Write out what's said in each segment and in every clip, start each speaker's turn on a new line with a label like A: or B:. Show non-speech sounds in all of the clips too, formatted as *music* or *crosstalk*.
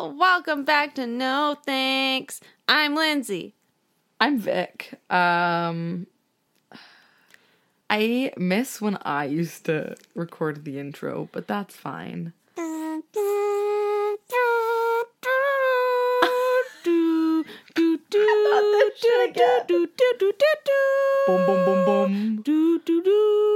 A: Welcome back to No Thanks. I'm Lindsay.
B: I'm Vic. Um, I miss when I used to record the intro, but that's fine. Boom, boom, boom, boom.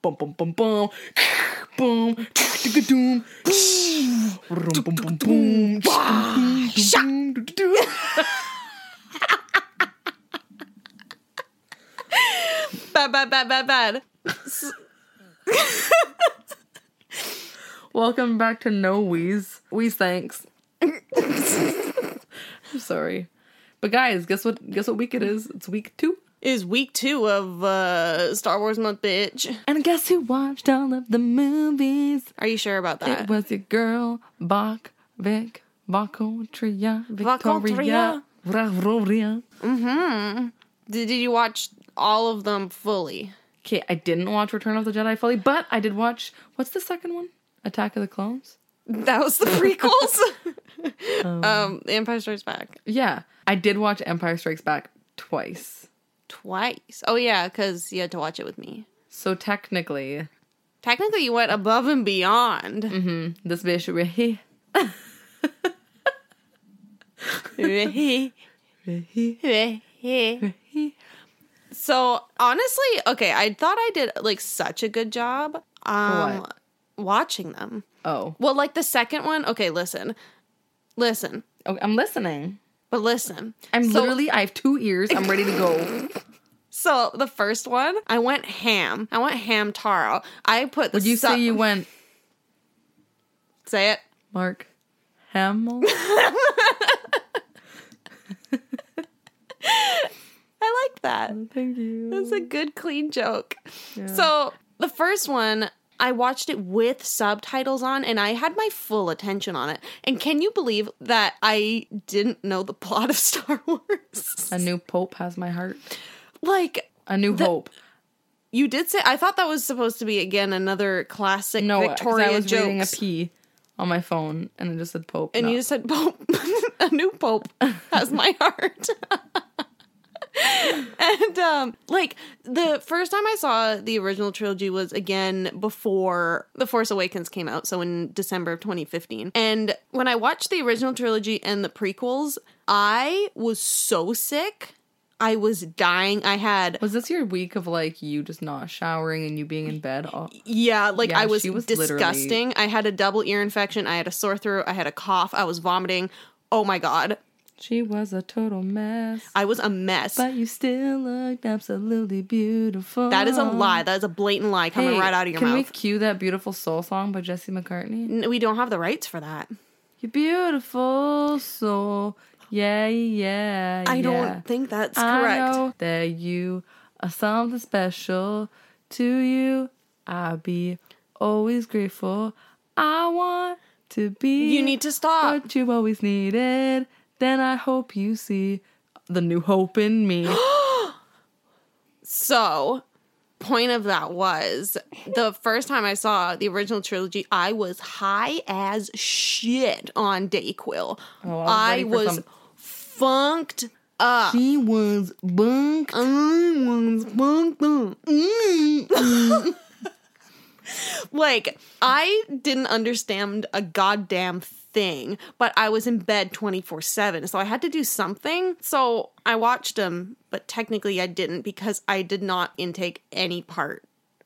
B: Boom, boom, boom, *laughs* boom. Boom. Tick-a-doom. Boom, boom, boom, boom. Boom, boom, boom.
A: Bad, bad, bad, bad, bad.
B: Welcome back to No Wheeze. Wheeze thanks. I'm sorry. But guys, guess what guess what week it is? It's week two.
A: Is week two of uh, Star Wars Month, bitch.
B: And guess who watched all of the movies?
A: Are you sure about that?
B: It was your girl, Bach, Vic, Bacotria, Victoria,
A: Vacotria.
B: Ravoria.
A: Did, did you watch all of them fully?
B: Okay, I didn't watch Return of the Jedi fully, but I did watch, what's the second one? Attack of the Clones?
A: That was the *laughs* prequels. um, The Empire Strikes Back
B: Yeah, I did watch Empire Strikes Back twice.
A: twice. Oh yeah, because you had to watch it with me.
B: So technically,
A: Technically, you went above and beyond.
B: this bitch *laughs* right here.
A: *laughs* so honestly, okay, I thought I did like such a good job um,
B: what?
A: watching them.
B: Oh,
A: Well, like the second one. Okay, listen, listen,
B: okay, I'm listening.
A: but listen.
B: I'm
A: Oh, So-
B: literally, I have two ears. I'm ready to
A: *laughs*
B: go.
A: So the first one, I went ham. I went ham taro. I put the
B: Would you
A: su-
B: say you went,
A: say it.
B: Mark
A: *laughs*
B: Hamill?
A: I like that.
B: Thank you.
A: That's a good clean joke. So the first one, I watched it with subtitles on and I had my full attention on it. And can you believe that I didn't know the plot of *laughs* Star Wars?
B: A new pope has my heart.
A: like
B: A new hope.
A: you did say I thought that was supposed to be again another classic
B: No, Victoria
A: Victoria
B: I was
A: jokes.
B: reading a P on my phone and it just said pope.
A: and
B: No.
A: you just said pope *laughs* a new pope has my heart *laughs* and um like the first time i saw the original trilogy was again before the force awakens came out so in december of 2015 and when i watched the original trilogy and the prequels i was so sick i was dying i had
B: was this your week of like you just not showering and you being in bed? All-
A: Yeah, like
B: Yeah,
A: I was,
B: she was literally-
A: disgusting. I had a double ear infection. I had a sore throat. I had a cough. I was vomiting. Oh my god,
B: she was a total mess,
A: I was a mess.
B: but you still looked absolutely beautiful.
A: That is a lie. That is a blatant lie coming
B: Hey,
A: right out of your
B: can we
A: mouth.
B: cue that beautiful soul song by Jesse McCartney?
A: N- We, don't have the rights for that.
B: You beautiful soul, yeah, yeah.
A: I
B: yeah.
A: don't think that's
B: I
A: correct.
B: know that you are something special to you. I'll be always grateful. I want to be.
A: You need to stop.
B: what you always needed. Then I hope you see the new hope in
A: *gasps*
B: me.
A: So, point of that was the first time I saw the original trilogy, I was high as shit on Dayquil.
B: Oh, was
A: I
B: ready for
A: was
B: some-
A: funked up.
B: he was bunk.
A: Uh-huh.
B: I was Mm. bunk.
A: Like, I didn't understand a goddamn thing, but I was in bed 24 7. So I had to do something. So I watched them, but technically I didn't because I did not intake any part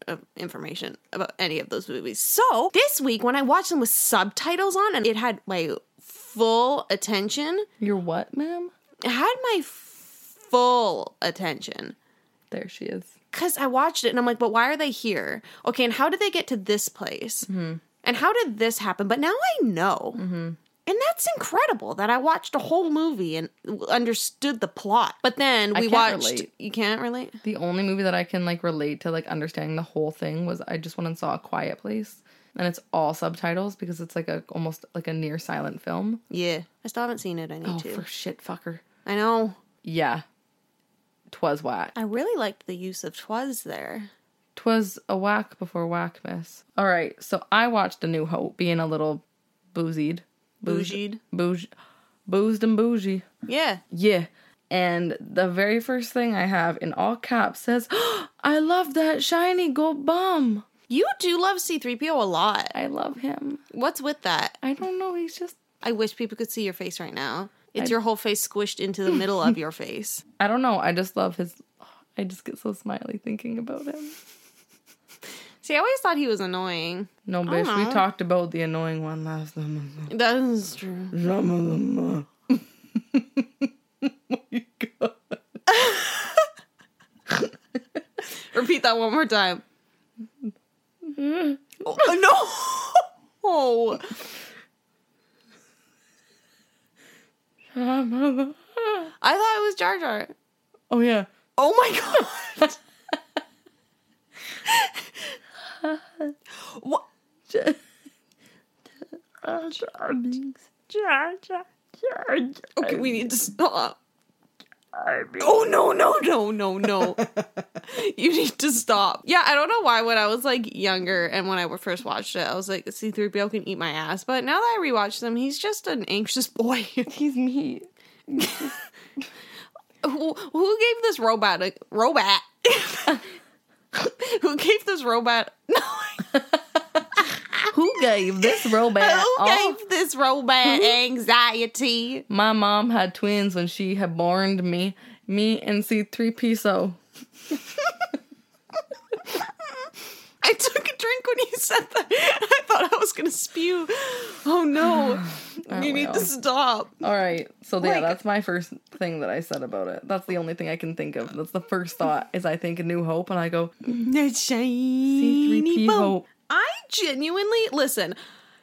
A: of information about any of those movies. So this week, when I watched them with subtitles on and it had my full attention,
B: You're what, ma'am?
A: it had my full attention
B: There she is.
A: because I watched it and I'm like, but why are they here? Okay, and how did they get to this place?
B: Mm-hmm.
A: And how did this happen? But now I know. And that's incredible that I watched a whole movie and understood the plot. But then we
B: can't
A: watched.
B: relate.
A: You can't relate?
B: The only movie that I can like relate to like understanding the whole thing was I just went and saw A Quiet Place, and it's all subtitles because it's like a almost like a near silent film.
A: Oh, Yeah. I still haven't seen it. I need
B: Oh,
A: to.
B: for shit, fucker.
A: I know.
B: Yeah, 'Twas whack.
A: I really liked the use of twas there.
B: 'Twas a whack before whackmas. All right, so I watched A New Hope, being a little boozied,
A: Bougied.
B: bougie, boozed and bougie.
A: Yeah.
B: Yeah. And the very first thing I have in all caps says, *gasps* I love that shiny gold bomb.
A: You do love C3PO a lot.
B: I love him.
A: What's with that?
B: I don't know. He's just,
A: I wish people could see your face right now. It's your whole face squished into the middle
B: *laughs*
A: of your face.
B: I don't know. I just love his. I just get so smiley thinking about him.
A: See, I always thought he was annoying.
B: No, bitch.
A: know.
B: We talked about the annoying one last time.
A: That is true.
B: oh my god.
A: Repeat that one more time. *laughs* oh, no. *laughs* oh. I thought it was Jar Jar.
B: Oh yeah.
A: Oh my god. *laughs* what?
B: Jar Jar Binks. Jar Jar Jar Jar
A: Okay, we need to stop.
B: Binks.
A: Oh no, no, no, no, no. *laughs* you need to stop. Yeah, I don't know why when I was like younger and when I first watched it, I was like C3PO can eat my ass, but now that I rewatched them, he's just an anxious *laughs* boy.
B: He's me.
A: who, who gave this robot a robot? who gave this robot *laughs* No,
B: Who gave this robot
A: who
B: all?
A: gave this robot anxiety?
B: My mom had twins when she had borned me. Me and C3PSO.
A: I took a drink when you said that. *laughs* I thought I was gonna spew. Oh no. you need to
B: well.
A: stop.
B: All right. So, yeah,
A: Like-
B: that's my first thing that I said about it. That's the only thing I can think of. That's the first thought is I think a new hope and I go,
A: That shiny
B: C3P
A: bone.
B: hope.
A: I genuinely listen.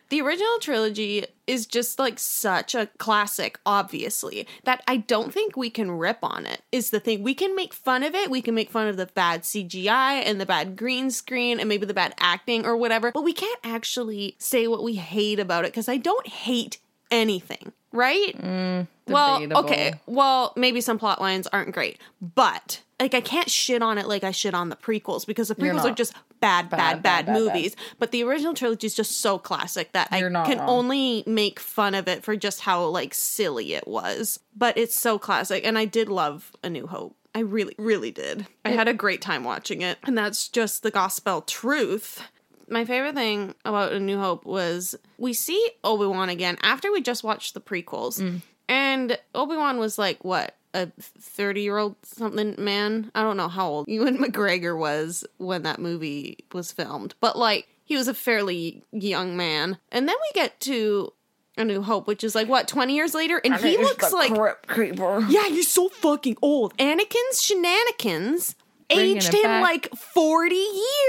A: The original trilogy is just like such a classic, obviously, that I don't think we can rip on it. Is the thing we can make fun of it. We can make fun of the bad CGI and the bad green screen and maybe the bad acting or whatever, but we can't actually say what we hate about it because I don't hate anything, right?
B: Mm, Debatable.
A: Well, okay. Well, maybe some plot lines aren't great, but like I can't shit on it like I shit on the prequels because the prequels are
B: not.
A: just bad, bad,
B: Bad, bad,
A: bad,
B: bad,
A: movies. But the original trilogy is just so classic that I
B: You're not
A: can
B: wrong.
A: only make fun of it for just how like silly it was. But it's so classic, and I did love A New Hope. I really, really did. I had a great time watching it, and that's just the gospel truth. My favorite thing about A New Hope was we see Obi Wan again after we just watched the prequels.
B: Mm.
A: And Obi Wan was like, what, a 30 year old something man? I don't know how old Ewan McGregor was when that movie was filmed, but like he was a fairly young man. And then we get to A New Hope, which is like, what, 20 years later? And he looks like.
B: Crypt Creeper.
A: Yeah, he's so fucking old. Anakin's shenanigans
B: Bringing
A: aged
B: it
A: him
B: back.
A: like 40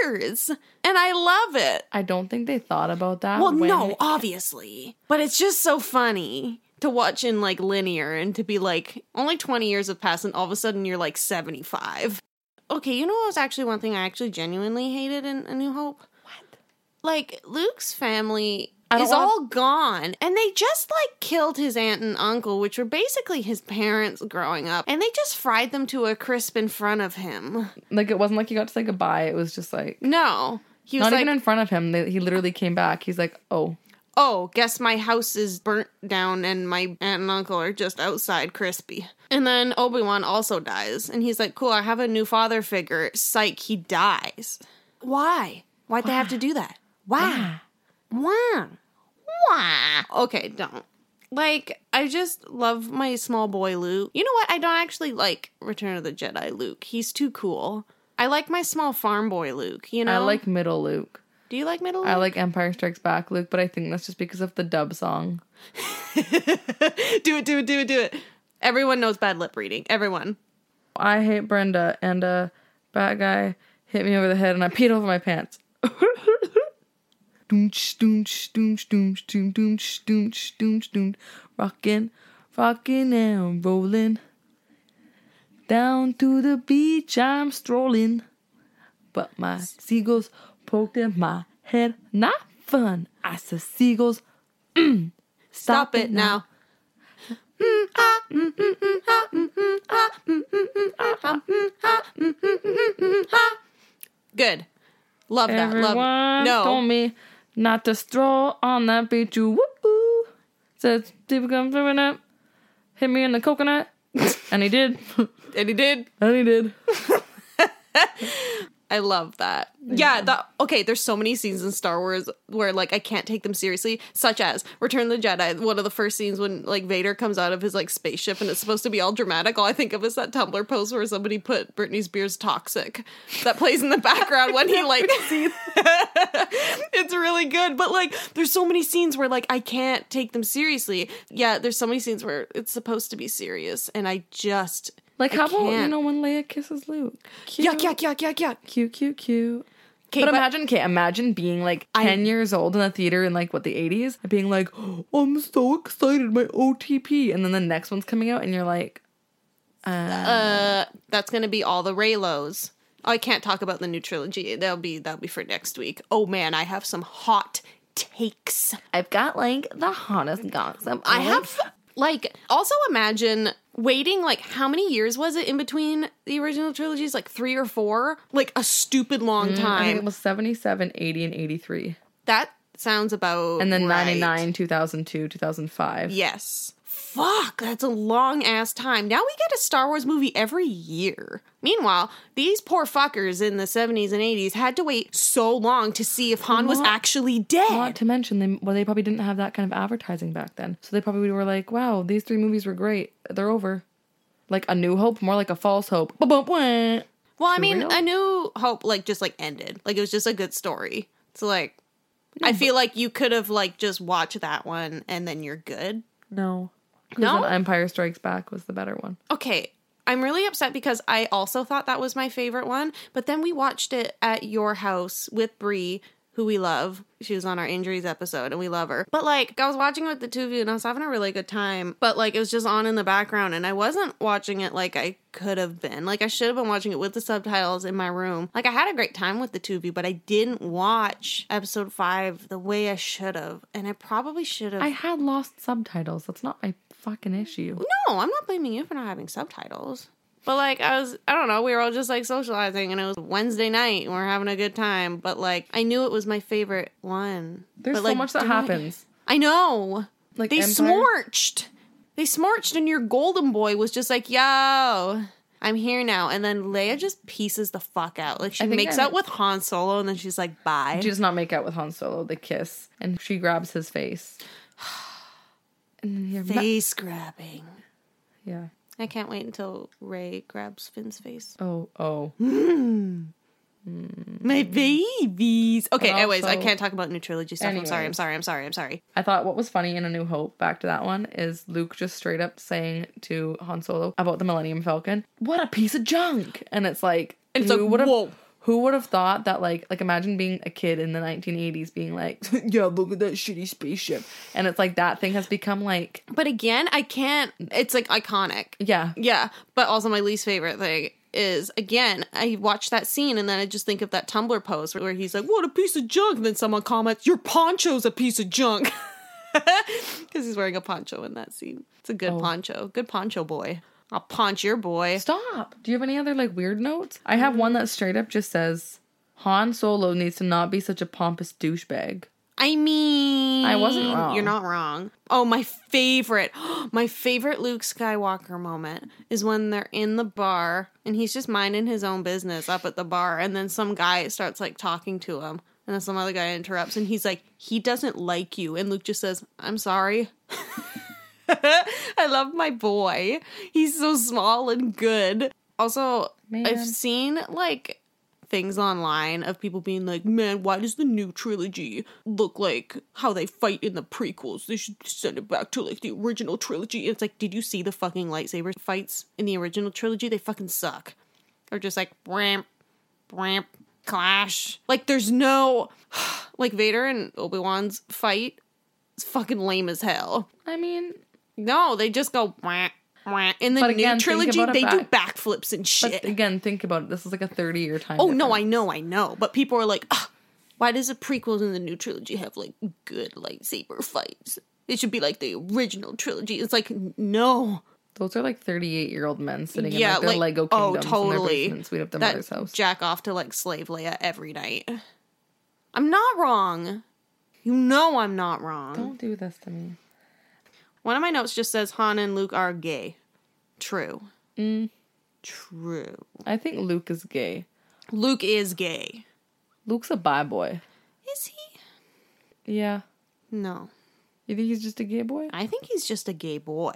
A: years. And I love it.
B: I don't think they thought about that.
A: Well,
B: when-
A: no, obviously. But it's just so funny to watch in like linear and to be like, only 20 years have passed and all of a sudden you're like 75. Okay, you know what was actually one thing I actually genuinely hated in A New Hope? What? Like, Luke's family
B: I don't
A: is
B: wanna-
A: all gone and they just like killed his aunt and uncle, which were basically his parents growing up, and they just fried them to a crisp in front of him.
B: Like, it wasn't like you got to say goodbye. It was just like,
A: No. He was
B: not
A: like,
B: even in front of him. They, he literally came back. He's like, oh.
A: oh, guess my house is burnt down and my aunt and uncle are just outside crispy. And then Obi Wan also dies. And he's like, cool, I have a new father figure. Psych, he dies. Why? Why'd they have to do that? Why? Why? Why? Okay, don't. Like, I just love my small boy Luke. You know what? I don't actually like Return of the Jedi Luke. He's too cool. I like my small farm boy Luke, you know?
B: I like middle Luke.
A: Do you like middle Luke?
B: I like Empire Strikes Back Luke, but I think that's just because of the dub song.
A: *laughs* do it, do it, do it, do it. Everyone knows bad lip reading. Everyone.
B: I hate Brenda, and a bad guy hit me over the head, and I peed over my pants. *laughs* doomch, doomch, doomch, doomch, doom, doomch, doomch, doomch, doom. Rockin', rockin' and rollin'. Down to the beach I'm strolling. But my seagulls poked in my head. Not fun. I said, seagulls,
A: Stop, it now. Good. Love that. Love.
B: Everyone
A: No.
B: told me not to stroll on that beach. Woo woo. Said people come throwing up. Hit me in the coconut. *laughs* and he did. *laughs*
A: And he did.
B: and he did.
A: I love that. Yeah, the, okay, there's so many scenes in Star Wars where like I can't take them seriously, such as Return of the Jedi, one of the first scenes when like Vader comes out of his like spaceship and it's supposed to be all dramatic. All I think of is that Tumblr post where somebody put Britney Spears toxic that plays in the background when he like *laughs* It's really good, but like there's so many scenes where like I can't take them seriously. Yeah, there's so many scenes where it's supposed to be serious and I just
B: Like, how about, you
A: can't.
B: know, when Leia kisses Luke? Cute.
A: yuck yuck yuck yuck yuck.
B: Cute, cute, cute.
A: Okay,
B: But,
A: but-
B: imagine, okay, imagine being like 10 years old in a theater in like what the 80s, and being like, *gasps* oh, I'm so excited, my OTP. And then the next one's coming out, and you're like,
A: uh that's gonna be all the raylos oh, i can't talk about the new trilogy that'll be that'll be for next week oh man i have some hot takes
B: I've got like the hottest gossip.
A: i have like also imagine waiting like how many years was it in between the original trilogies like three or four like a stupid long
B: I think it
A: time
B: was 77, 80, and 83.
A: that sounds about
B: And then
A: right.
B: 99, 2002, 2005.
A: yes Fuck, that's a long ass time. Now we get a Star Wars movie every year. Meanwhile, these poor fuckers in the 70s and 80s had to wait so long to see if Han was
B: Not-
A: actually
B: Not
A: dead.
B: to mention, they, well, they probably didn't have that kind of advertising back then. So they probably were like, wow, these three movies were great. They're over. Like a new hope, more like a false hope. Ba-bum-bwah.
A: Well, I mean,
B: real?
A: A New Hope like just like ended. Like it was just a good story. So like I feel like you could have like just watched that one and then you're good.
B: No. 'Cause
A: No?
B: then Empire Strikes Back was the better one.
A: Okay. I'm really upset because I also thought that was my favorite one, but then we watched it at your house with Bree, who we love. She was on our injuries episode and we love her. But like I was watching it with the two of you and I was having a really good time, but like it was just on in the background and I wasn't watching it like I could have been. Like I should have been watching it with the subtitles in my room. Like I had a great time with the two of you, but I didn't watch episode 5 the way I should have, and I probably should have.
B: I had lost subtitles. That's not my fucking issue.
A: No, I'm not blaming you for not having subtitles. But like I was I don't know, we were all just like socializing and it was Wednesday night and we are having a good time. But like I knew it was my favorite one.
B: There's
A: But,
B: so
A: like,
B: much that
A: did I-
B: happens.
A: I know.
B: Like
A: They
B: Empire-
A: smarched. They smarched and your golden boy was just like, yo, I'm here now. And then Leia just pieces the fuck out. Like she
B: think
A: makes
B: I-
A: out with Han Solo and then she's like, bye.
B: She does not make out with Han Solo. They kiss, and she grabs his face. And then you're
A: Face grabbing.
B: yeah.
A: I can't wait until Ray grabs Finn's face.
B: Oh oh.
A: My babies. Okay,
B: But
A: anyways, I
B: also-
A: can't talk about new trilogy stuff. I'm sorry, I'm
B: Anyways.
A: sorry, I'm sorry, I'm sorry.
B: I thought what was funny in A New Hope, back to that one, is Luke just straight up saying to Han Solo about the Millennium Falcon, "What a piece of junk!" And it's like,
A: And it's
B: who
A: like,
B: would
A: whoa.
B: have, who would have thought that? Like, like imagine being a kid in the 1980s, being like, *laughs* "Yeah, look at that shitty spaceship," and it's like that thing has become like,
A: But again, I can't it's like iconic.
B: yeah,
A: Yeah. But also my least favorite thing is again, I watch that scene and then I just think of that Tumblr post where he's like, What a piece of junk and then someone comments, Your poncho's a piece of junk *laughs* Because he's wearing a poncho in that scene. It's a good poncho. Good poncho boy. I'll punch your boy.
B: Stop. Do you have any other like weird notes? I have one that straight up just says Han Solo needs to not be such a pompous douchebag.
A: I mean,
B: I wasn't wrong.
A: You're not wrong. Oh, my favorite, *gasps* my favorite Luke Skywalker moment is when they're in the bar and he's just minding his own business up at the bar, and then some guy starts like talking to him, and then some other guy interrupts, and he's like, "He doesn't like you," and Luke just says, "I'm sorry." *laughs* I love my boy. He's so small and good. Also, I've
B: Man.
A: seen like things online of people being like, man, why does the new trilogy look like how they fight in the prequels? They should send it back to like the original trilogy. It's like, did you see the fucking lightsaber fights in the original trilogy? They fucking suck. They're just like, ramp, ramp, clash. Like, there's no, *sighs* like, Vader and Obi Wan's fight is fucking lame as hell.
B: I mean,
A: No, they just go wah, wah. in the
B: But
A: new
B: again, think
A: trilogy.
B: about it
A: They do backflips and shit.
B: but again, think about it. This is like a 30 year time.
A: oh no, I know, I know. But people are like, "Ugh, why does the prequels in the new trilogy have like good lightsaber fights? It should be like the original trilogy. It's like no,
B: Those are like 38 year old men sitting
A: Yeah,
B: in like, their
A: like-
B: Lego
A: oh,
B: kingdoms in their
A: totally.
B: basement suite of their
A: that
B: mother's house.
A: jack off to like slave Leia every night. I'm not wrong. You know I'm not wrong.
B: Don't do this to me.
A: One of my notes just says Han and Luke are gay. True.
B: Mm.
A: True.
B: I think Luke is gay.
A: Luke is gay.
B: Luke's a bi boy.
A: Is he?
B: Yeah.
A: No.
B: You think he's just a gay boy?
A: I think he's just a gay boy.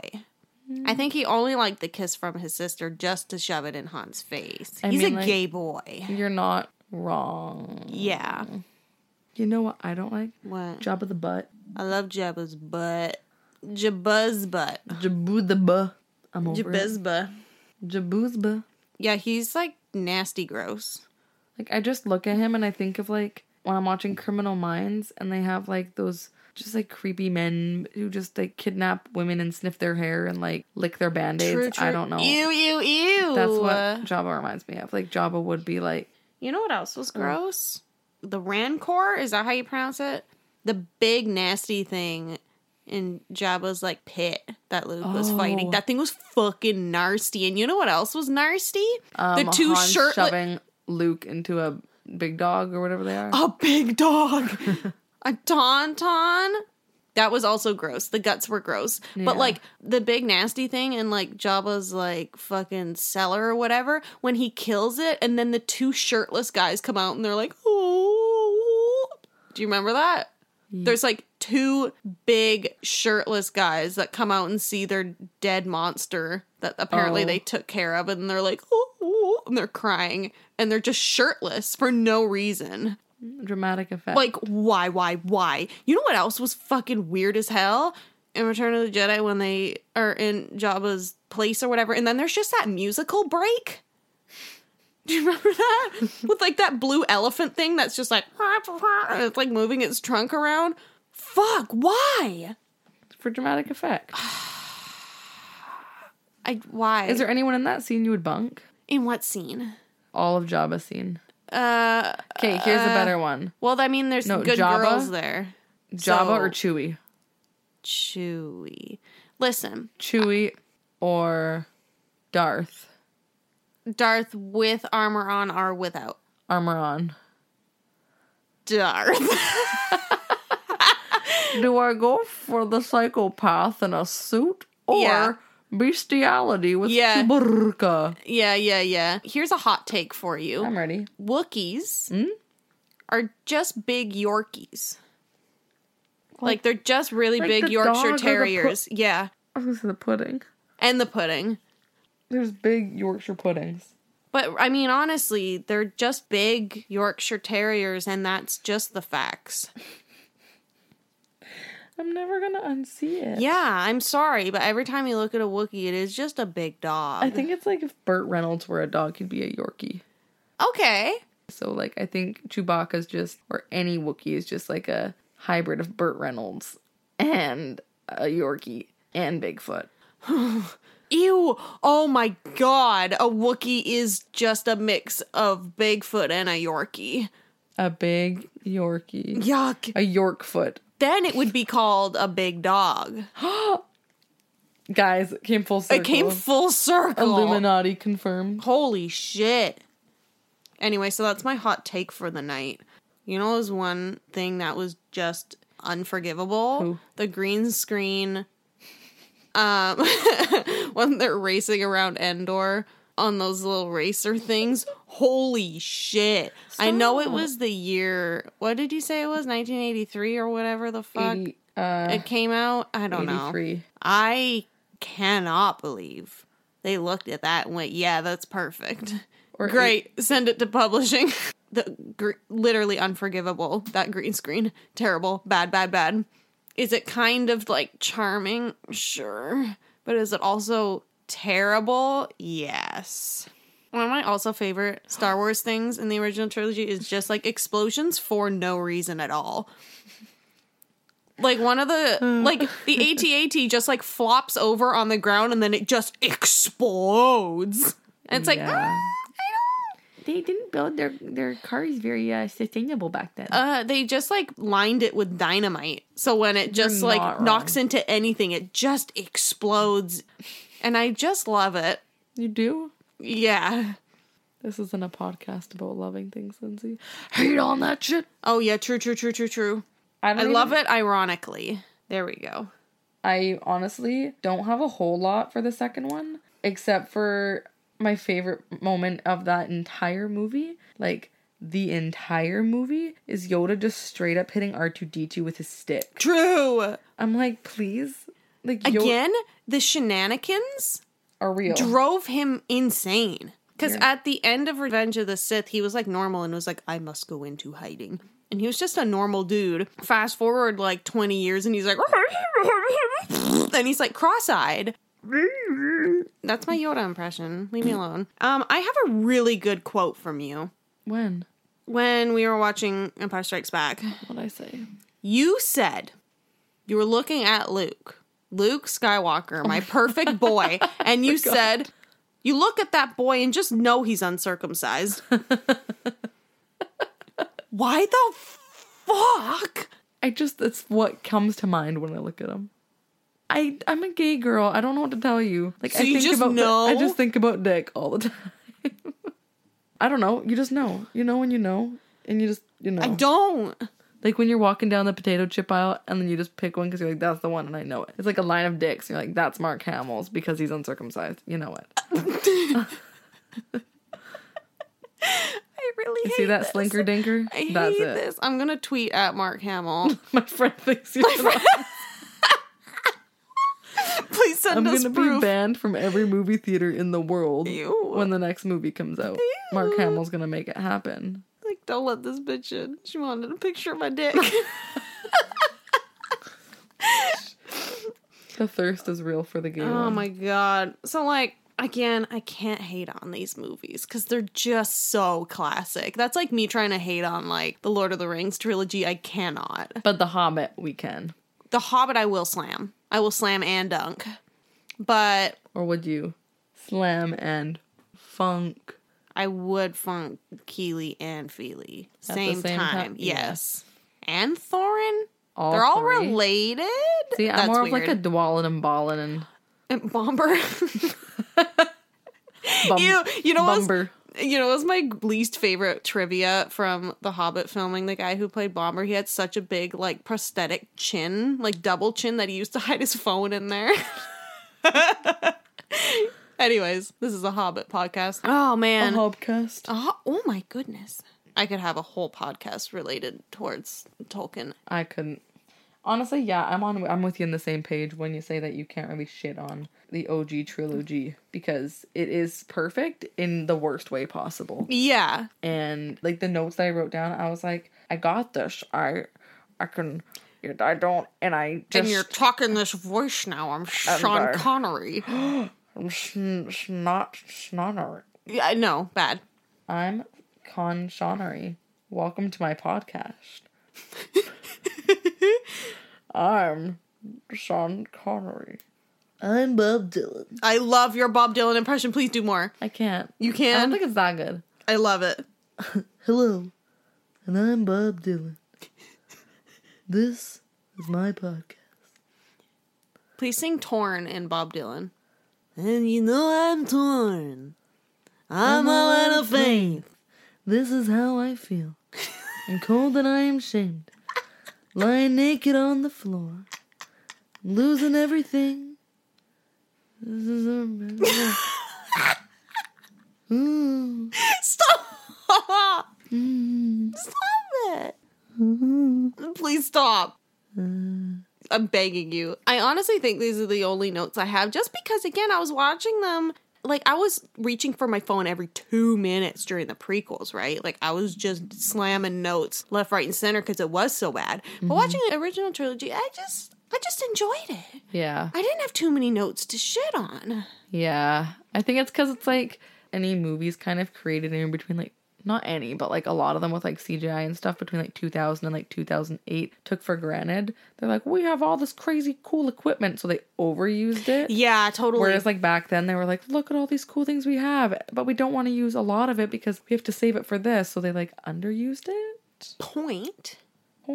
B: Mm.
A: I think he only liked the kiss from his sister just to shove it in Han's face.
B: I
A: he's
B: mean,
A: a
B: like-
A: gay boy.
B: You're not wrong.
A: Yeah.
B: Mm. You know what I don't like?
A: What?
B: Job of the *sighs* butt.
A: I love Jabba's butt. Jabba's butt.
B: Jabu the buh. I'm over it.
A: Jabba's butt.
B: Jabu's buh.
A: Yeah, he's like nasty gross.
B: Like I just look at him and I think of like when I'm watching Criminal Minds and they have like those just like creepy men who just like kidnap women and sniff their hair and like lick their band-aids. I don't know.
A: Ew, ew, ew.
B: That's what Jabba reminds me of. Like Jabba would be like
A: You know what else was gross? The rancor, is that how you pronounce it? The big nasty thing in Jabba's like pit that Luke was fighting.
B: Oh.
A: That thing was fucking nasty. And you know what else was nasty?
B: um,
A: the two
B: Han
A: shirtless
B: shoving Luke into a big dog or whatever they are.
A: a big dog. *laughs* a tauntaun. That was also gross. The guts were gross. But
B: Yeah.
A: like the big nasty thing in like Jabba's like fucking cellar or whatever, when he kills it and then the two shirtless guys come out and they're like, "Oh." Do you remember that? There's like two big shirtless guys that come out and see their dead monster that apparently
B: Oh.
A: they took care of and they're like, "Oh, "Oh," and they're crying and they're just shirtless for no reason.
B: Dramatic effect.
A: Like, why, why, why? You know what else was fucking weird as hell? In Return of the Jedi, when they are in Jabba's place or whatever, and then there's just that musical break. *laughs* Do you remember
B: *laughs*
A: that? With like that blue elephant thing that's just like, and it's like moving its trunk around. Fuck, why?
B: for dramatic effect.
A: Oh. I, why?
B: Is there anyone in that scene you would bunk?
A: in what scene?
B: All of Jabba's scene.
A: Uh,
B: Okay, here's a better one.
A: well, I mean, there's
B: No,
A: good
B: Jabba?
A: girls there.
B: Jabba
A: so-
B: or Chewie?
A: Chewy. Listen,
B: Chewie or Darth.
A: Darth with armor on or without?
B: Armor on.
A: Darth. *laughs*
B: Do I go for the psychopath in a suit or
A: Yeah.
B: bestiality with
A: Yeah.
B: Chewbacca?
A: Yeah, yeah, yeah. Here's a hot take for you.
B: I'm ready.
A: Wookiees
B: Hmm?
A: are just big Yorkies. Like, they're just really
B: Like
A: big
B: the dog or
A: Yorkshire
B: the pu-
A: terriers. yeah.
B: I was gonna say the pudding.
A: And the pudding.
B: There's big Yorkshire puddings.
A: But I mean honestly, they're just big Yorkshire terriers and that's just the
B: *laughs*
A: facts.
B: I'm never gonna unsee it.
A: Yeah, I'm sorry, but every time you look at a Wookiee, it is just a big dog.
B: I think it's like if Burt Reynolds were a dog, he'd be a Yorkie.
A: okay.
B: So like I think Chewbacca's just or any Wookiee is just like a hybrid of Burt Reynolds and a Yorkie and Bigfoot.
A: Ew! Oh my god, a Wookiee is just a mix of Bigfoot and a Yorkie.
B: A big *laughs* Yorkie.
A: Yuck.
B: A York foot.
A: Then it would be called a big dog.
B: Guys, it came full circle.
A: It came full circle.
B: Illuminati confirmed.
A: Holy shit. Anyway, so that's my hot take for the night. You know, there's one thing that was just unforgivable
B: Who?
A: the green screen. Um, *laughs* when they're racing around Endor on those little racer things. Holy shit. I know it
B: Stop.
A: was the year, what did you say it was? 1983 or whatever the fuck
B: 80, uh,
A: it came out? I don't know.
B: 83.
A: I cannot believe they looked at that and went, "Yeah, that's perfect.
B: Or
A: Great, send it to publishing." *laughs* the gr- literally unforgivable that green screen, terrible, bad, bad, bad. Is it kind of like charming? Sure, but is it also terrible? Yes. One of my also favorite Star Wars things in the original trilogy is just like explosions for no reason at all like one of the
B: *sighs*
A: like the AT-AT just like flops over on the ground and then it just explodes. And it's like
B: Yeah.
A: "Ah, I don't
B: they didn't build their their cars very uh, sustainable back then.
A: Uh, they just like lined it with dynamite. So when it just like
B: not
A: knocks into anything, it just explodes. And I just love it.
B: you do.
A: Yeah.
B: This isn't a podcast about loving things, Lindsay. Hate on that shit.
A: Oh, yeah. True, true, true, true, true.
B: don't
A: I
B: even-
A: love it ironically. There we go.
B: I honestly don't have a whole lot for the second one, except for my favorite moment of that entire movie. Like, the entire movie is Yoda just straight up hitting R2D2 with his stick.
A: True.
B: I'm like, please? Like, Yo-
A: Again, the shenanigans
B: are real.
A: drove him insane. Because
B: Yeah.
A: at the end of Revenge of the Sith, he was like normal and was like, I must go into hiding. And he was just a normal dude. Fast forward like 20 years and he's like, *laughs* and he's like cross eyed. That's my Yoda impression. Leave me alone. Um, I have a really good quote from you
B: when?
A: when we were watching Empire Strikes Back.
B: What'd I say?
A: You said you were looking at Luke, Luke Skywalker, Oh my *laughs* Oh perfect boy, and you said, You look at that boy and just know he's *laughs* uncircumcised. Why the fuck?
B: I just, that's what comes to mind when I look at him. I, I'm a gay girl. I don't know what to tell you. Like,
A: So
B: I
A: you
B: think
A: just
B: about,
A: know?
B: I just think about dick all the *laughs* time. I don't know. You just know. You know when you know. And you just, you know.
A: I don't.
B: Like when you're walking down the potato chip aisle and then you just pick one because you're like, that's the one and I know it. It's like a line of dicks. You're like, that's Mark Hamill's because he's uncircumcised. You know it.
A: I really
B: You
A: hate
B: see that
A: this.
B: slinker dinker?
A: I hate
B: that's it.
A: this. I'm gonna tweet at Mark Hamill.
B: *laughs* My friend thinks you're wrong.
A: *laughs* Please send
B: I'm
A: us
B: gonna be
A: proof.
B: banned from every movie theater in the world
A: Ew.
B: when the next movie comes out. Mark
A: Ew.
B: Hamill's gonna make it happen.
A: like, don't let this bitch in. She wanted a picture of my dick. *laughs*
B: The thirst is real for the gay
A: Oh
B: one.
A: my god. So like again, I can't hate on these movies cuz they're just so classic. That's like me trying to hate on like the Lord of the Rings trilogy. I cannot.
B: But The Hobbit, we can.
A: The Hobbit I will slam. I will slam and dunk. But
B: Or would you? Slam and funk.
A: I would funk Keely and Feely
B: the
A: same,
B: same
A: time.
B: time?
A: Yes. And Thorin?
B: All
A: They're all
B: three.
A: related?
B: See, I'm
A: That's
B: more of like
A: weird.
B: a dwallin' and
A: *laughs*
B: ballin' and
A: And Bomber. *laughs*
B: bum-
A: Ew, you know what's
B: bumber.
A: You know, it was my least favorite trivia from the Hobbit filming. The guy who played Bomber, he had such a big, like, prosthetic chin, like double chin, that he used to *laughs* hide his phone in there. *laughs* Anyways, this is a Hobbit podcast. Oh, man.
B: Hubcast.
A: Oh, oh, my goodness. I could have a whole podcast related towards Tolkien.
B: I couldn't. Honestly, yeah, I'm on. I'm with you on the same page when you say that you can't really shit on the OG trilogy because it is perfect in the worst way possible.
A: Yeah.
B: And like the notes that I wrote down, I was like, I got this. I, I can. I don't. And I just.
A: and you're talking this voice now. I'm Sean
B: Ember.
A: Connery. *gasps*
B: I'm sn- snot snonnery.
A: Yeah, I know. Bad.
B: I'm Con Shonnery. Welcome to my *laughs* podcast. I'm Sean Connery. I'm Bob Dylan.
A: I love your Bob Dylan impression. Please do more.
B: I can't.
A: You
B: I don't
A: can.
B: think it's that good.
A: I love it.
B: Hello, and I'm Bob Dylan. This is my podcast.
A: Please sing Torn in Bob Dylan.
C: And you know I'm torn. I'm all out of faith.
B: This is how I feel.
C: I'm cold and I am shamed. Lying naked on the floor. Losing everything. This is a Ooh.
A: Stop! *laughs* Stop it! *laughs* Please stop. I'm begging you. I honestly think these are the only notes I have just because, again, I was watching them. Like, I was reaching for my phone every two minutes during the prequels, right? Like, I was just slamming notes left, right, and center because it was so bad. But watching the original trilogy, I just. I just enjoyed it.
B: Yeah.
A: I didn't have too many notes to shit on.
B: Yeah, I think it's because it's like any movies kind of created in between like not any, but like a lot of them with like CGI and stuff between like 2000 and like 2008 took for granted. They're like, we have all this crazy cool equipment, so they overused it.
A: Yeah, totally.
B: Whereas like back then they were like, look at all these cool things we have, but we don't want to use a lot of it because we have to save it for this. So they like underused it.
A: point.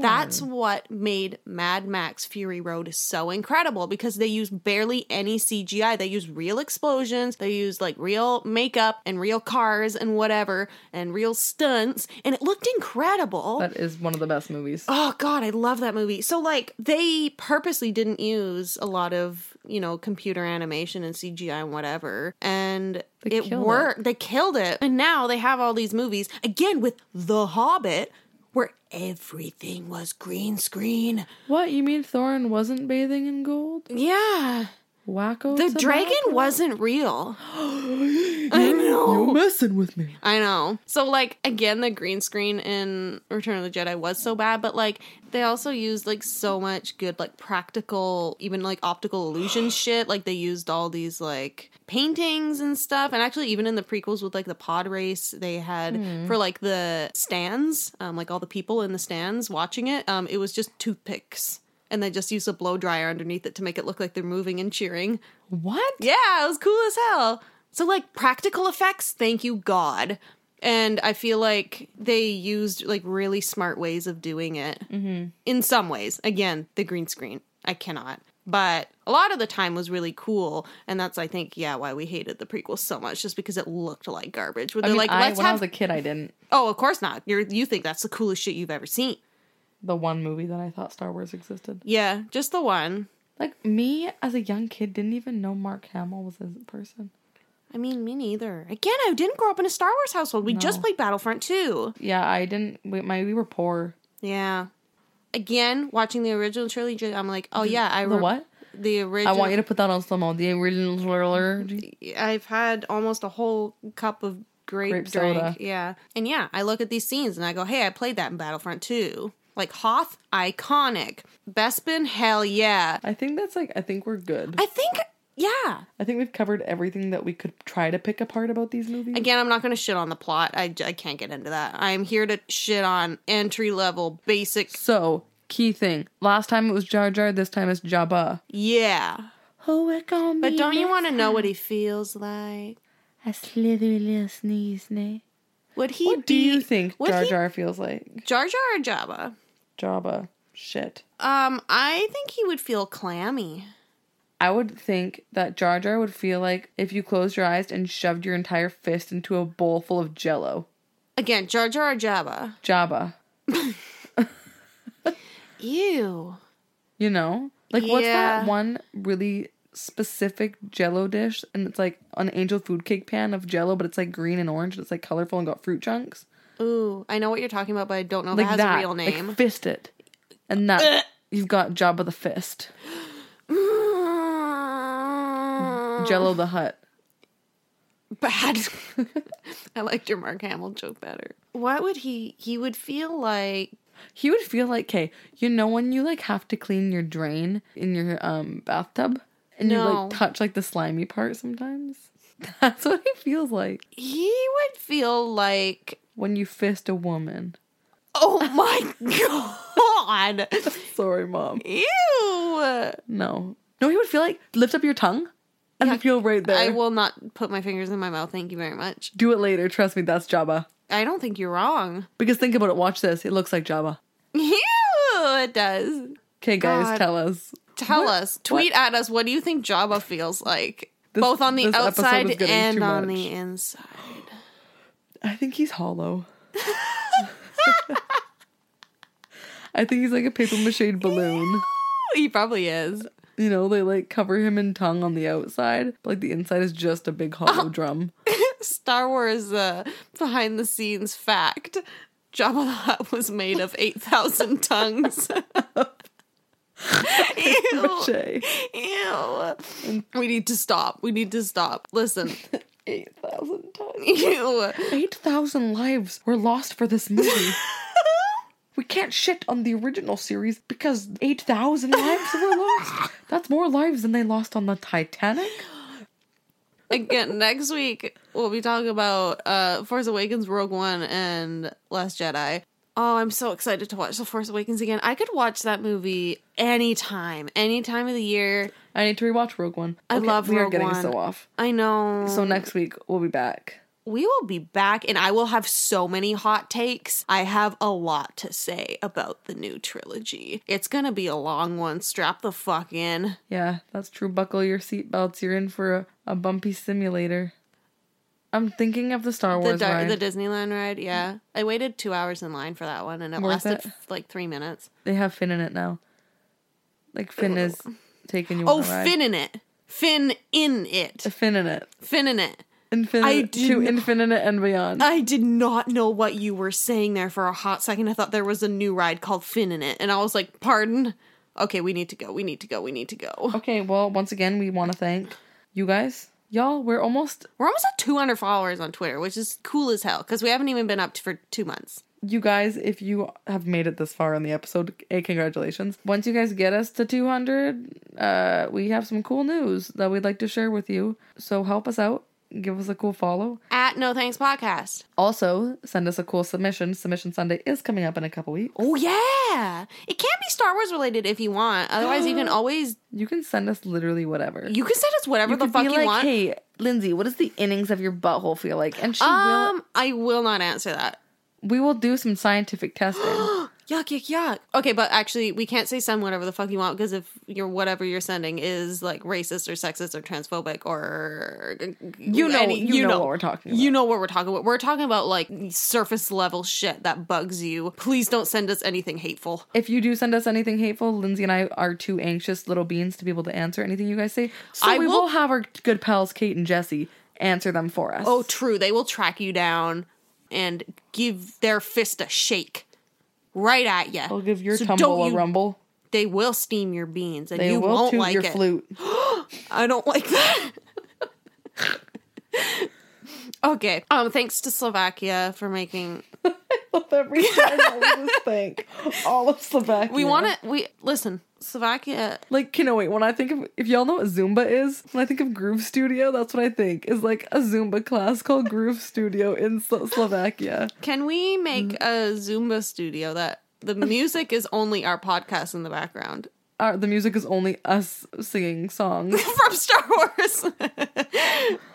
A: That's what made Mad Max Fury Road so incredible because they use barely any CGI. They use real explosions, they use like real makeup and real cars and whatever and real stunts, and it looked incredible.
B: That is one of the best movies.
A: Oh god, I love that movie. So like they purposely didn't use a lot of, you know, computer animation and CGI and whatever. And
B: They
A: it
B: killed
A: worked. They killed it. And now they have all these movies again with The Hobbit where everything was green screen.
B: What you mean Thorin wasn't bathing in gold?
A: Yeah.
B: Wacko.
A: The
B: tobacco?
A: dragon wasn't real. *gasps* I know.
B: You're messing with me.
A: I know. So like again, the green screen in Return of the Jedi was so bad, but like they also used like so much good like practical, even like optical illusion shit. Like they used all these like paintings and stuff, and actually even in the prequels with like the pod race, they had for like the stands, um, like all the people in the stands watching it. Um, it was just toothpicks. And they just used a blow dryer underneath it to make it look like they're moving and cheering.
B: What?
A: Yeah, it was cool as hell. So like practical effects, thank you God. And I feel like they used like really smart ways of doing it. Mm-hmm. In some ways, again, the green screen, I cannot. But a lot of the time was really cool, and that's I think yeah why we hated the prequel so much, just because it looked like garbage. Where
B: I
A: they're
B: mean,
A: like,
B: I,
A: let's
B: when I
A: have
B: was a kid, I didn't.
A: oh, of course not. You you think that's the coolest shit you've ever seen?
B: The one movie that I thought Star Wars existed.
A: Yeah, just the one.
B: Like me as a young kid, didn't even know Mark Hamill was a person.
A: I mean, me neither. Again, I didn't grow up in a Star Wars household. We just
B: No.
A: played Battlefront 2.
B: Yeah, I didn't. We, my we were poor.
A: Yeah. Again, watching the original trilogy, I'm like, oh yeah, I
B: The what?
A: the
B: I
A: original.
B: want you to put that on slow mo. The original thriller.
A: I've had almost a whole cup of grape,
B: Grape
A: drink.
B: soda.
A: Yeah, and yeah, I look at these scenes and I go, hey, I played that in Battlefront 2. Like Hoth, iconic. Bespin, hell yeah.
B: I think that's like. I think we're good.
A: I think, yeah.
B: I think we've covered everything that we could try to pick apart about these movies.
A: Again, I'm not going to shit on the plot. I, j- I can't get into that. I'm here to shit on entry level, basic.
B: So key thing. Last time it was Jar Jar. This time it's Jabba.
A: Yeah.
B: Oh, it on
A: But don't you want to know what he feels like?
C: A slithery little sneeze, snake.
A: Would he
B: What do you
A: be-
B: think
A: would
B: Jar
A: he
B: Jar feels like?
A: Jar Jar or Jabba?
B: Jabba. Shit.
A: Um, I think he would feel clammy.
B: I would think that Jar Jar would feel like if you closed your eyes and shoved your entire fist into a bowl full of jello.
A: Again, Jar Jar or Jabba?
B: Jabba.
A: Ew.
B: You know? Like what's that
A: Yeah.
B: one really specific jello dish and it's like an angel food cake pan of jello but it's like green and orange and it's like colorful and got fruit chunks?
A: Ooh, I know what you're talking about, but I don't know if
B: Like
A: it has
B: that.
A: a real name. *laughs*
B: Like fist it. And that you've got Jabba the Fist. Jello the Hut.
A: Mm, Bad. *laughs* I liked your Mark Hamill joke better. What would he? He would feel like.
B: He would feel like, okay, you know when you like have to clean your drain in your um bathtub and you
A: No.
B: like touch like the slimy part sometimes? *laughs* That's what he feels like
A: He would feel like.
B: when you fist a woman.
A: Oh my god!
B: Sorry, mom.
A: Ew!
B: No. No, he would feel like lift up your tongue and
A: Yeah,
B: feel right there.
A: I will not put my fingers in my mouth. Thank you very much.
B: Do it later, trust me, that's Jabba.
A: I don't think you're wrong.
B: Because think about it, watch this. It looks like Jabba.
A: *laughs* Ew, it does.
B: Okay, guys,
A: God.
B: tell us.
A: Tell us, tweet at us, what do you think Jabba feels like?
B: This-
A: Both on the
B: this episode
A: outside
B: is getting
A: and
B: too
A: on
B: much.
A: the inside. *laughs*
B: I think he's *laughs* hollow. I think he's like a paper mache *laughs* balloon.
A: He probably is. *laughs*
B: You know, they like cover him in tongue on the outside, but like the inside is just a big
A: Ah!
B: hollow drum.
A: Star Wars uh, behind the scenes fact Jabba the Hutt was made of 8,000
B: *laughs*
A: tongues. *laughs* Ew.
B: Mache.
A: Ew. We need to stop. We need to stop. Listen. *laughs*
B: 8,000 tons.
A: Ew.
B: *laughs* 8,000 lives were lost for this movie. *laughs* we can't shit on the original series because
A: *laughs*
B: 8,000 lives were lost. That's more lives than they lost on the Titanic.
A: Again, next week we'll be talking about uh Force Awakens, Rogue One, and Last Jedi. Oh, I'm so excited to watch The Force Awakens again. I could watch that movie anytime, any time of the year.
B: I need to rewatch Rogue One.
A: I love
B: we are
A: Rogue
B: getting
A: One. Um,
B: so off.
A: I know.
B: So next week we'll be back.
A: we will be back and I will have so many hot takes. I have a lot to say about the new trilogy. It's going to be a long one. Strap the fuck in.
B: Yeah, that's true. Buckle your seatbelts. You're in for a, a bumpy simulator. I'm thinking of the Star
A: The,
B: Wars
A: dar-
B: ride.
A: the Disneyland ride, yeah. I waited two hours in line for that one and it
B: Worth
A: lasted
B: it?
A: f- like three minutes.
B: they have Finn in it now. Like Finn is taking you.
A: Oh,
B: on a ride.
A: Finn in it. Finn in it.
B: Finn in it.
A: Finn in it.
B: Infinite
A: I do
B: to
A: not-
B: infinite and beyond.
A: I did not know what you were saying there for a hot second. I thought there was a new ride called Finn in it. And I was like, pardon? Okay, we need to go. We need to go. We need to go.
B: okay, well, once again, we want to thank you guys. Y'all, we're almost.
A: We're almost at 200 followers on Twitter, which is cool as hell because we haven't even been up to, for two months.
B: You guys, if you have made it this far in the episode, a congratulations. Once you guys get us to 200, uh, we have some cool news that we'd like to share with you. So help us out. Give us a cool follow.
A: At No Thanks Podcast.
B: Also, send us a cool submission. Submission Sunday is coming up in a couple weeks.
A: Oh, yeah. It can be Star Wars related if you want. Otherwise,
B: *gasps*
A: you can always,
B: You can send us literally whatever.
A: you can send us whatever
B: You
A: the
B: could
A: fuck
B: be
A: you
B: like,
A: want.
B: Hey, Lindsay, what does the innings of your butthole feel like? And she will
A: um, I will not answer that.
B: We will do some scientific testing.
A: Yuck, yuck, yuck. Okay, but actually, we can't say send whatever the fuck you want because if your whatever you're sending is like racist or sexist or transphobic or
B: You know- you know what we're talking about.
A: You know what we're talking about. We're talking about like surface level shit that bugs you. Please don't send us anything hateful.
B: if you do send us anything hateful, Lindsay and I are too anxious little beans to be able to answer anything you guys say. So
A: I
B: we will,
A: will-
B: have our good pals Kate and Jesse answer them for us.
A: Oh, true. They will track you down and give their fist a shake right at you.
B: they'll give your
A: So
B: tumble
A: don't
B: a
A: you-
B: rumble.
A: They will steam your beans and
B: They
A: you
B: will
A: won't
B: toot
A: like
B: your
A: it.
B: flute.
A: I don't like that. *laughs* okay. Um. Thanks to Slovakia for making.
B: With *laughs* every time that we just *laughs* think, all of Slovakia.
A: We want to. We listen. Slovakia.
B: Like, you know, wait, when I think of, if y'all know what Zumba is, when I think of Groove Studio, that's what I think is like a Zumba class called Groove Studio in Slo- Slovakia.
A: Can we make a Zumba studio that *laughs* the music is only our podcast in the *laughs* background
B: Our, Uh, the music is only us singing songs.
A: *laughs* from Star Wars?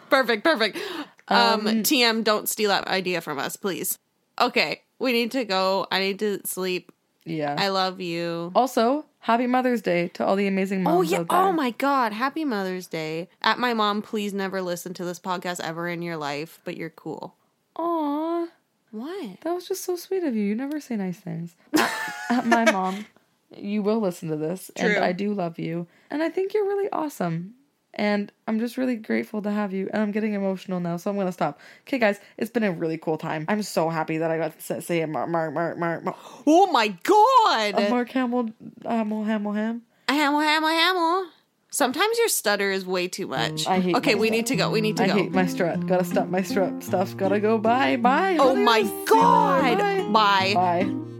A: perfect. Perfect. Um, TM, don't steal that idea from us, please. Okay. We need to go. I need to sleep.
B: Yeah.
A: I love you.
B: Also, happy Mother's Day to all the amazing moms
A: Oh yeah!
B: out there.
A: Oh my God! Happy Mother's Day. At my mom, please never listen to this podcast ever in your life. But you're cool.
B: Aw,
A: What?
B: that was just so sweet of you. You never say nice *laughs* things. Uh, my mom, you will listen to this,
A: True.
B: and I do love you, and I think you're really awesome. And I'm just really grateful to have you. And I'm getting emotional now, so I'm gonna stop. Okay, guys, it's been a really cool time. I'm so happy that I got to say- say a Mark, Mark, Mark, Mark, Mark,
A: Oh my
B: a
A: God!
B: Mark Hamill, Hamill, Hamill, Ham.
A: Hamel, hamel, hamel. Sometimes your stutter is way too much.
B: Mm, I hate
A: okay, we
B: myself.
A: need to go. We need to
B: I
A: go.
B: hate my strut. Gotta stop my strut stuff. Gotta go. Bye, bye.
A: oh my
B: adios.
A: God!
B: Bye.
A: Bye.
B: Bye.